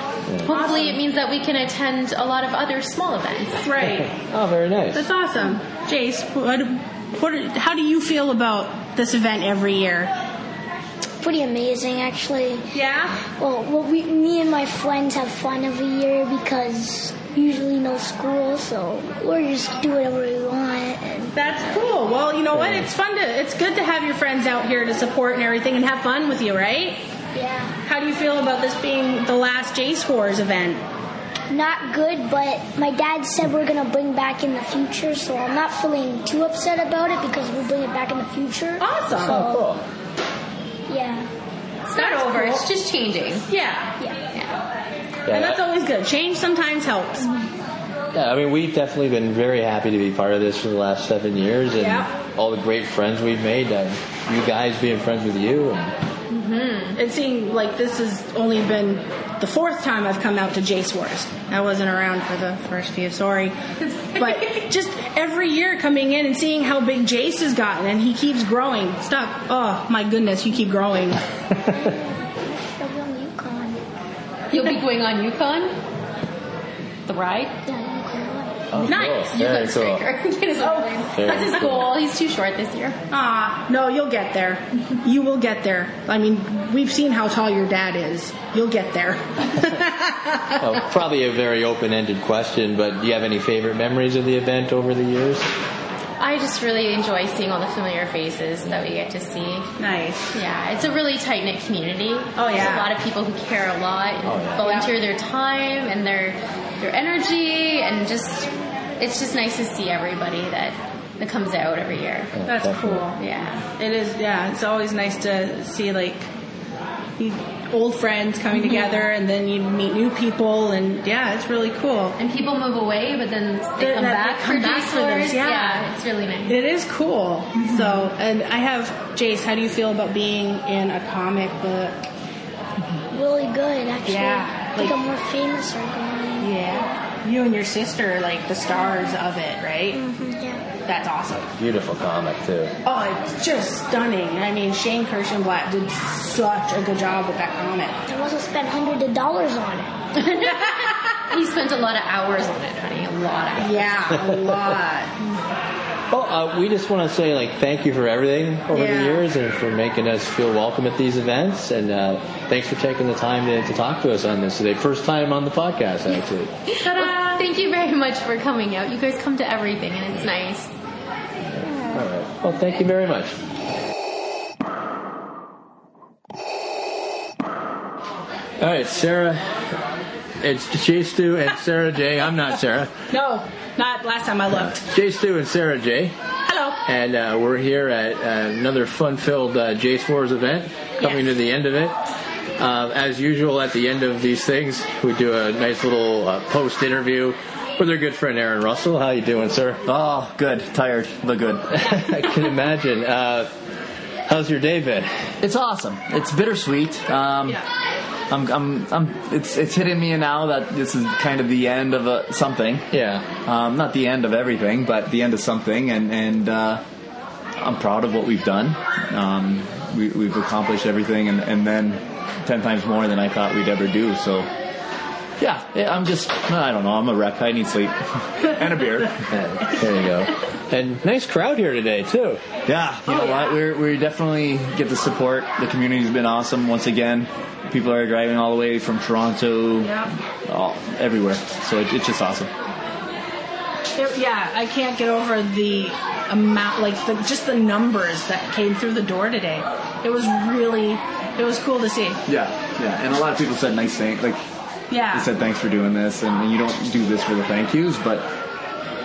hopefully, it means that we can attend a lot of other small events.
Right.
Oh, very nice.
That's awesome. Jace, what, what how do you feel about this event every year?
Pretty amazing, actually.
Yeah.
Well, well, we, me and my friends have fun every year because usually no school, so we're just do whatever we want. And
That's cool. Well, you know what? It's fun to it's good to have your friends out here to support and everything and have fun with you, right?
Yeah.
How do you feel about this being the last Jace Wars event?
not good, but my dad said we're gonna bring back in the future, so I'm not feeling too upset about it because we'll bring it back in the future.
Awesome.
So,
cool.
Yeah.
It's not over. It's just changing.
Yeah.
Yeah.
And that's always good. Change sometimes helps.
Mm-hmm.
Yeah, I mean, we've definitely been very happy to be part of this for the last seven years and
Yeah.
all the great friends we've made, and you guys being friends with you. And,
Mm-hmm. And seeing like this has only been the fourth time I've come out to Jace Wars. I wasn't around for the first few, sorry. But just every year coming in and seeing how big Jace has gotten and he keeps growing. Stuck. Oh my goodness, you keep growing.
You'll be going on Yukon? The ride? nice.
Oh, cool.
Yukon
Very cool.
striker. Get his own name.
Very
That's his
Oh.
cool.
goal. He's too short this year.
Ah, no, you'll get there. You will get there. I mean, we've seen how tall your dad is. You'll get there.
oh, probably a very open ended question, but do you have any favorite memories of the event over the years?
I just really enjoy seeing all the familiar faces that we get to see.
Nice.
Yeah, it's a really tight knit community. Oh
yeah.
There's a lot of people who care a lot and
Oh, yeah.
volunteer their time and their their energy and just it's just nice to see everybody that that comes out every year.
That's cool.
Yeah.
It is. Yeah. It's always nice to see like you- old friends coming
Mm-hmm.
together, and then you meet new people, and yeah, it's really cool.
And people move away, but then They come back for Jace Wars.
Yeah.
yeah, Mm-hmm. it's really nice.
It is cool. So,
Mm-hmm.
and I have Jace. How do you feel about being in a comic book?
really good, actually.
Yeah,
I think
like-
I'm more famous for going.
Yeah. You and your sister are like the stars of it, right?
Mm-hmm,
yeah. That's awesome.
Beautiful comic too.
Oh, it's just stunning. I mean, Shane Kirschenblatt did such a good job with that comic.
I also spent hundreds of dollars on it.
he spent a lot of hours on it, honey. A lot of hours.
Yeah, a lot.
Well, uh, we just want to say like thank you for everything over
Yeah.
the years and for making us feel welcome at these events. And uh, thanks for taking the time to, to talk to us on this today. First time on the podcast, actually.
Well, thank you very much for coming out. You guys come to everything, and it's nice.
All right. Well, thank you very much. All right, Sarah. It's Jay Stu and Sarah J. I'm not Sarah.
No, not last time I looked.
Jay Stu and Sarah J.
Hello.
And uh, we're here at uh, another fun-filled uh, Jace Wars event, coming to the end of it. Uh, as usual, at the end of these things, we do a nice little uh, post-interview with our good friend Aaron Russell. How you doing, sir? Oh, good. Tired, but good. I can imagine. Uh, how's your day been?
It's awesome. It's bittersweet. Um, I'm, I'm, I'm, it's, it's hitting me now that this is kind of the end of a, something.
Yeah.
Um, not the end of everything, but the end of something, and and uh, I'm proud of what we've done. Um, we, we've accomplished everything, and, and then ten times more than I thought we'd ever do. So. Yeah, yeah, I'm just, I don't know, I'm a wreck. I need sleep. and a beer.
there you go. And nice crowd here today, too.
Yeah, you know what? We're, we definitely get the support. The community's been awesome once again. People are driving all the way from Toronto, all, everywhere. So it, it's just awesome.
There- yeah, I can't get over the amount, like the, just the numbers that came through the door today. It was really, it was cool to see.
Yeah, yeah. And a lot of people said nice things. Like,
Yeah.
they said thanks for doing this, and you don't do this for the thank yous, but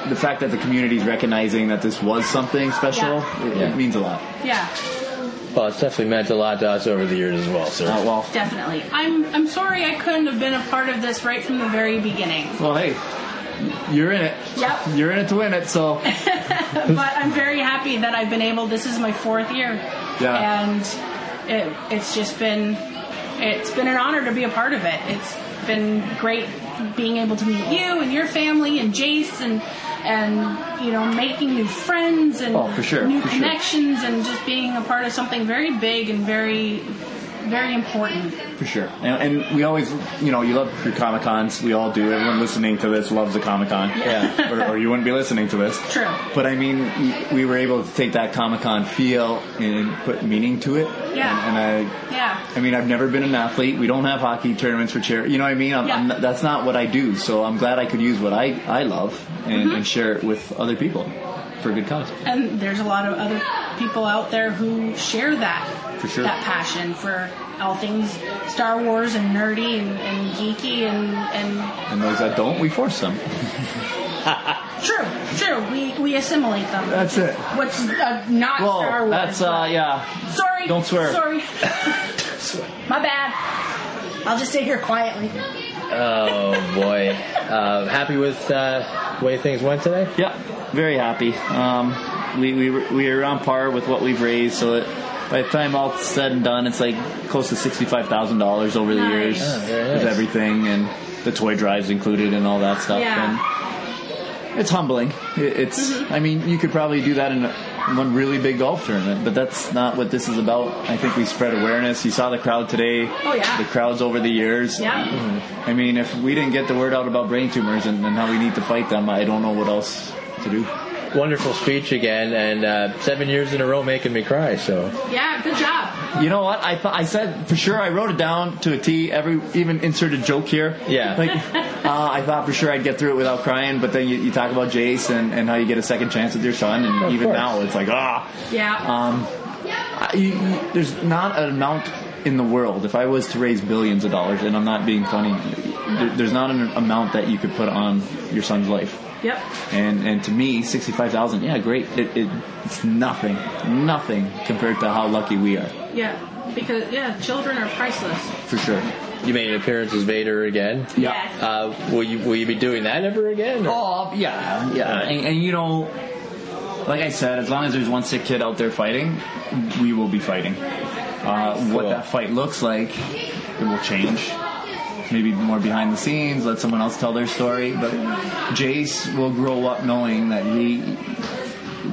the fact that the community's recognizing that this was something special,
Yeah.
It,
Yeah.
it means a lot.
Yeah,
Well, it's definitely meant a lot to us over the years as well, sir.
Uh, well,
definitely. I'm I'm sorry I couldn't have been a part of this right from the very beginning.
well, hey, you're in it.
Yep.
You're in it to win it, so.
but I'm very happy that I've been able. This is my fourth year,
Yeah.
and it, it's just been it's been an honor to be a part of it. It's been great being able to meet you and your family and Jace and and you know making new friends and
Oh, for sure,
new
for sure.
connections and just being a part of something very big and very very important.
For sure. And, and we always, you know, you love your Comic Cons. We all do. Everyone listening to this loves a Comic Con.
Yeah.
or, or you wouldn't be listening to this.
True.
But I mean, we, we were able to take that Comic Con feel and put meaning to it.
Yeah.
And, and I.
Yeah.
I mean, I've never been an athlete. We don't have hockey tournaments for charity. You know what I mean? I'm, I'm, that's not what I do. So I'm glad I could use what I, I love and,
Mhm.
and share it with other people for a good cause.
And there's a lot of other people out there who share that
For sure.
that passion for all things Star Wars and nerdy and, and geeky and, and
And those that don't, we force them.
true, true. We we assimilate them.
That's it.
What's uh, not
Whoa,
Star Wars?
that's, uh, yeah.
Sorry.
Don't swear.
Sorry. My bad. I'll just sit here quietly.
Oh boy! Uh, happy with uh, way things went today?
Yeah, very happy. Um, we, we, were- we are on par with what we've raised, so it, by the time all said and done, it's like close to $65,000 over the
Nice.
years
Oh, very
with
nice.
everything and the toy drives included and all that stuff.
Yeah.
And it's humbling. It, it's,
Mm-hmm.
I mean, you could probably do that in a, one really big golf tournament, but that's not what this is about. I think we spread awareness. You saw the crowd today.
Oh, yeah.
The crowds over the years. Mm-hmm.
Yeah.
I mean, if we didn't get the word out about brain tumors and, and how we need to fight them, I don't know what else to do.
Wonderful speech again, and uh, seven years in a row making me cry. So
Yeah, good job.
You know what? I thought I said for sure. I wrote it down to a T. Every even insert a joke here.
Yeah.
Like uh, I thought for sure I'd get through it without crying, but then you, you talk about Jace and, and how you get a second chance with your son, and even
course.
now it's like ah.
Yeah.
Um, I, you, you- there's not an amount in the world. If I was to raise billions of dollars, and I'm not being funny, there, there's not an amount that you could put on your son's life.
Yep.
And and to me, sixty five thousand, yeah, great. It, it, it's nothing, nothing compared to how lucky we are,
Yeah. Because yeah, children are priceless.
for sure.
you made an appearance as Vader again.
Yeah.
Uh, will you will you be doing that ever again?
Oh yeah, yeah. And, and you know, like I said, as long as there's one sick kid out there fighting, we will be fighting. uh, what that fight looks like. It will change. Maybe more behind the scenes, let someone else tell their story. But Jace will grow up knowing that he,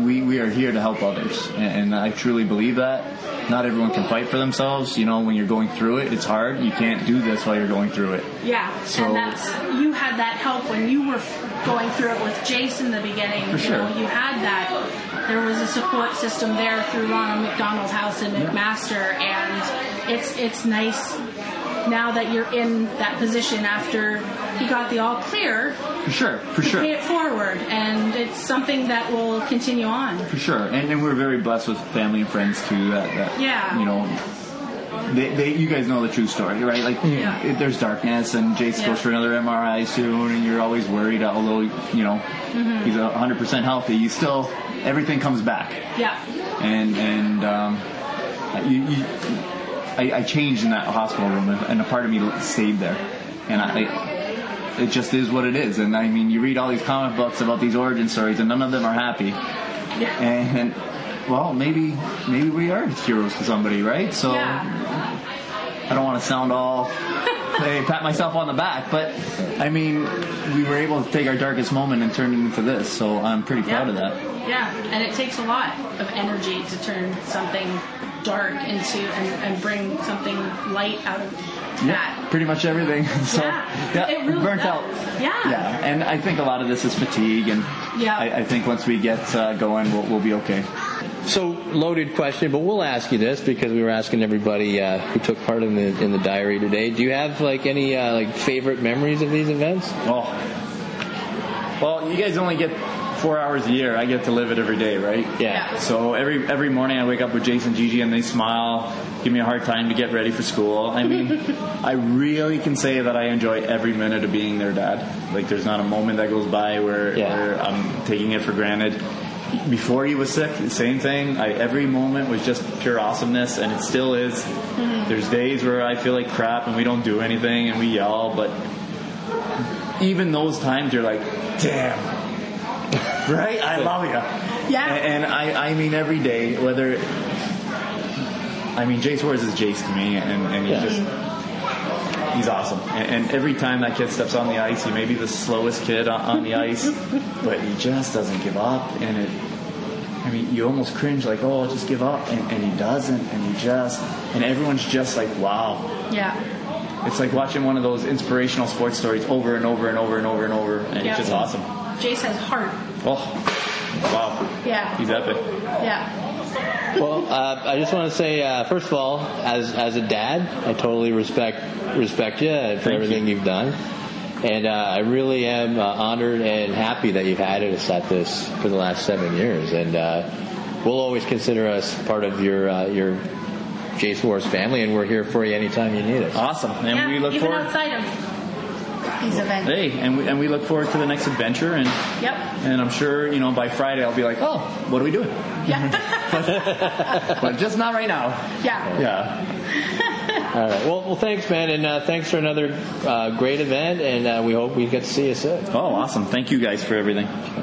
we, we are here to help others. And, and I truly believe that. Not everyone can fight for themselves. You know, when you're going through it, it's hard. You can't do this while you're going through it.
Yeah,
So-
and that's you had that help when you were f- going through it with Jace in the beginning.
For
you
sure.
know, you had that. There was a support system there through Ronald McDonald House and McMaster, and it's it's nice now that you're in that position after he got the all clear.
For sure, for
to
sure.
Pay it forward, and it's something that will continue on.
For sure, and, and we're very blessed with family and friends too. That, that
Yeah.
you know, they, they, you guys know the true story, right? Like,
Yeah.
it, there's darkness, and Jace
Yeah.
goes for another MRI soon, and you're always worried. Although you know
Mhm.
he's 100 percent healthy, you still everything comes back,
Yeah.
and and um, you, you, I, I changed in that hospital room, and, and a part of me stayed there, and I. I it just is what it is, and I mean, you read all these comic books about these origin stories, and none of them are happy. And well, maybe maybe we are heroes to somebody, right? So I don't want to sound all hey, pat myself on the back, but I mean, we were able to take our darkest moment and turn it into this, so I'm pretty proud of that.
Yeah, and it takes a lot of energy to turn something dark into and, and bring something light out of that.
Yeah, pretty much everything. so
Yeah,
yeah,
it really
burnt
does.
out.
Yeah.
Yeah, and I think a lot of this is fatigue, and
Yeah.
I, I think once we get uh, going, we'll, we'll be okay.
So loaded question, but we'll ask you this because we were asking everybody uh, who took part in the in the diary today. Do you have like any uh, like favorite memories of these events?
Oh, Well, you guys only get four hours a year. I get to live it every day, right?
Yeah.
So every every morning I wake up with Jason, Gigi, and they smile, give me a hard time to get ready for school. I mean, I really can say that I enjoy every minute of being their dad. Like, there's not a moment that goes by where, where I'm taking it for granted. Before he was sick, same thing. I, every moment was just pure awesomeness, and it still is. There's days where I feel like crap and we don't do anything and we yell, but even those times you're like, damn. Right? I love you.
Yeah.
And, and I, I mean, every day, whether. I mean, Jace Wars is Jace to me, and, and he's
Yeah.
Mm-hmm.
just. He's awesome. And, and every time that kid steps on the ice, he may be the slowest kid on, on the ice, but he just doesn't give up. And it. I mean, you almost cringe, like, oh, just give up. And, and he doesn't, and he just. And everyone's just like, wow.
Yeah.
It's like watching one of those inspirational sports stories over and over and over and over and over, and
Yeah.
it's just awesome.
Jace has heart.
Oh, wow.
Yeah.
He's epic.
Yeah.
Well, uh, I just want to say, uh, first of all, as as a dad, I totally respect respect you for everything you. have done, and uh, I really am uh, honored and happy that you've had us at this for the last seven years, and uh, we'll always consider us part of your uh, your Jace Wars family, and we're here for you anytime you need us.
Awesome, and
yeah.
we look
Even
forward.
outside of these events.
Hey, and we, and we look forward to the next adventure, and
Yep.
and I'm sure you know by Friday I'll be like, oh, what are we doing? Yeah. but just not right now.
Yeah.
Yeah.
All right. Well, well, thanks, man, and uh, thanks for another uh, great event, and uh, we hope we get to see you soon.
Oh, awesome! Thank you guys for everything.